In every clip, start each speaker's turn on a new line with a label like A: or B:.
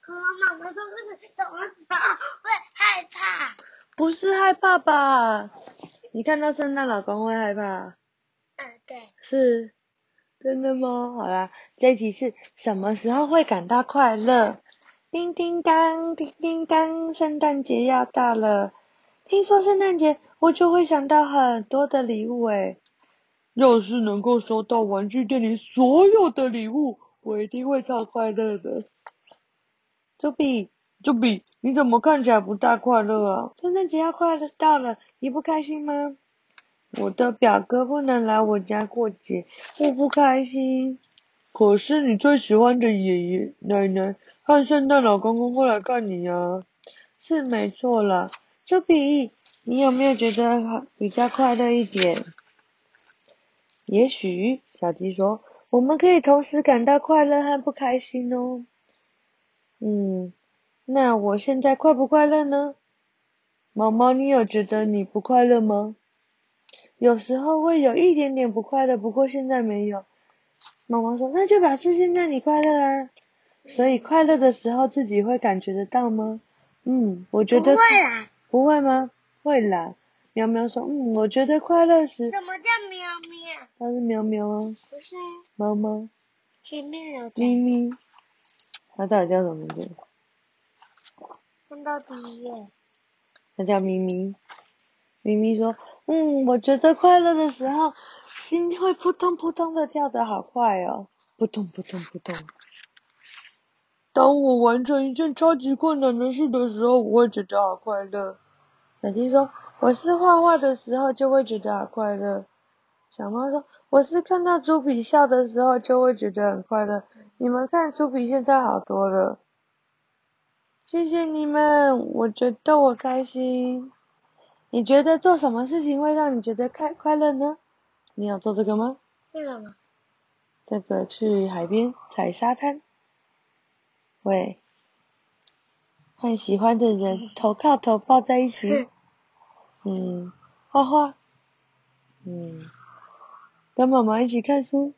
A: 和妈妈说故事怎么走会害怕？
B: 不是害怕吧？你看到圣诞老公会害怕？
A: 嗯，对，
B: 是真的吗？好啦，这一题是什么时候会感到快乐？叮叮当，叮叮当，圣诞节要到了。听说圣诞节，我就会想到很多的礼物诶。要是能够收到玩具店里所有的礼物，我一定会超快乐的。朱比，朱比，你怎么看起来不大快乐啊？圣诞节要快乐到了，你不开心吗？我的表哥不能来我家过节，我不开心。可是你最喜欢的爷爷奶奶和圣诞老公公会来看你呀、是没错啦。朱比，你有没有觉得比较快乐一点？也许，小鸡说，我们可以同时感到快乐和不开心哦。嗯，那我现在快不快乐呢？毛毛，你有觉得你不快乐吗？有时候会有一点点不快乐，不过现在没有。毛毛说：“那就表示现在你快乐啊。”所以快乐的时候自己会感觉得到吗？嗯，我觉得
A: 不会啦。
B: 不会吗？会啦。喵喵说：“嗯，我觉得快乐时，
A: 什么叫喵喵？
B: 它是喵喵啊，
A: 不是，
B: 猫猫、
A: 前面有
B: 咪
A: 讲，
B: 咪，它到底叫什么名字？
A: 看到第一页。
B: 它叫咪咪。咪咪说：嗯，我觉得快乐的时候，心会扑通扑通的跳得好快哦，扑通扑通扑通。当我完成一件超级困难的事的时候，我会觉得好快乐。小鸡说：“我是画画的时候就会觉得好快乐。”小猫说：“我是看到猪比笑的时候就会觉得很快乐。”你们看，猪比现在好多了。谢谢你们，我觉得我开心。你觉得做什么事情会让你觉得开快乐呢？你有做这个吗？
A: 是什么？
B: 这个去海边踩沙滩，喂，和喜欢的人头靠头抱在一
A: 嗯
B: 起，嗯，画画，嗯，跟妈妈一起看书，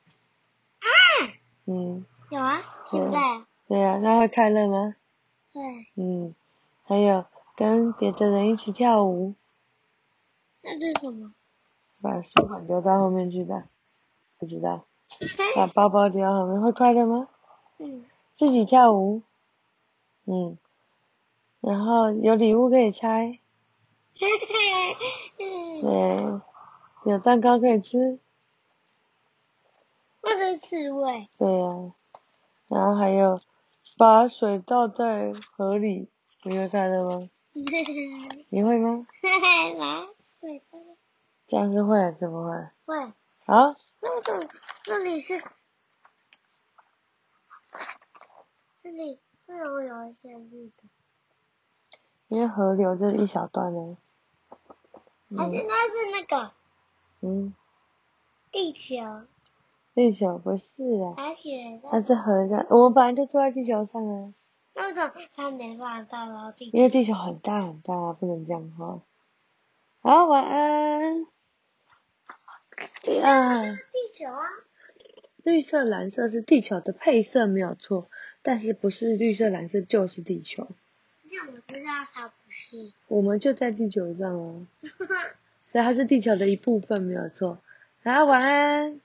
B: 嗯，
A: 有啊，现在啊
B: 对啊，那会快乐吗？
A: 对，
B: 嗯，还有跟别的人一起跳舞，
A: 那这是什么？
B: 把书本丢到后面去吧，不知道，把包包丢到后面会快乐吗？
A: 嗯，
B: 自己跳舞，嗯，然后有礼物可以拆，
A: 嘿嘿嘿，嗯，
B: 对，有蛋糕可以吃，
A: 那是刺猬。
B: 对呀、然后还有把水倒在河里，你会快乐吗？
A: 嘿嘿嘿
B: 你会吗？
A: 嘿，来，水上
B: 这样是会还是不会？
A: 会。
B: 啊，
A: 那个那里是，那里为什么有一些绿的？
B: 因为河流就是一小段呢。
A: 还是那是那个
B: 嗯，
A: 地球？
B: 地球不是啊，
A: 它写
B: 它
A: 的
B: 是河上，我们本来就住在地球上啊，
A: 那种它没办法到到地
B: 因为
A: 球。
B: 地球很大很大，不能这样画。好，晚安。第二。
A: 地球啊，
B: 绿色、蓝色是地球的配色，没有错，但是不是绿色、蓝色就是地球，
A: 那我知道它不是。
B: 我们就在地啊球上哦，所以它是地球的一部分，没有错。好，晚安。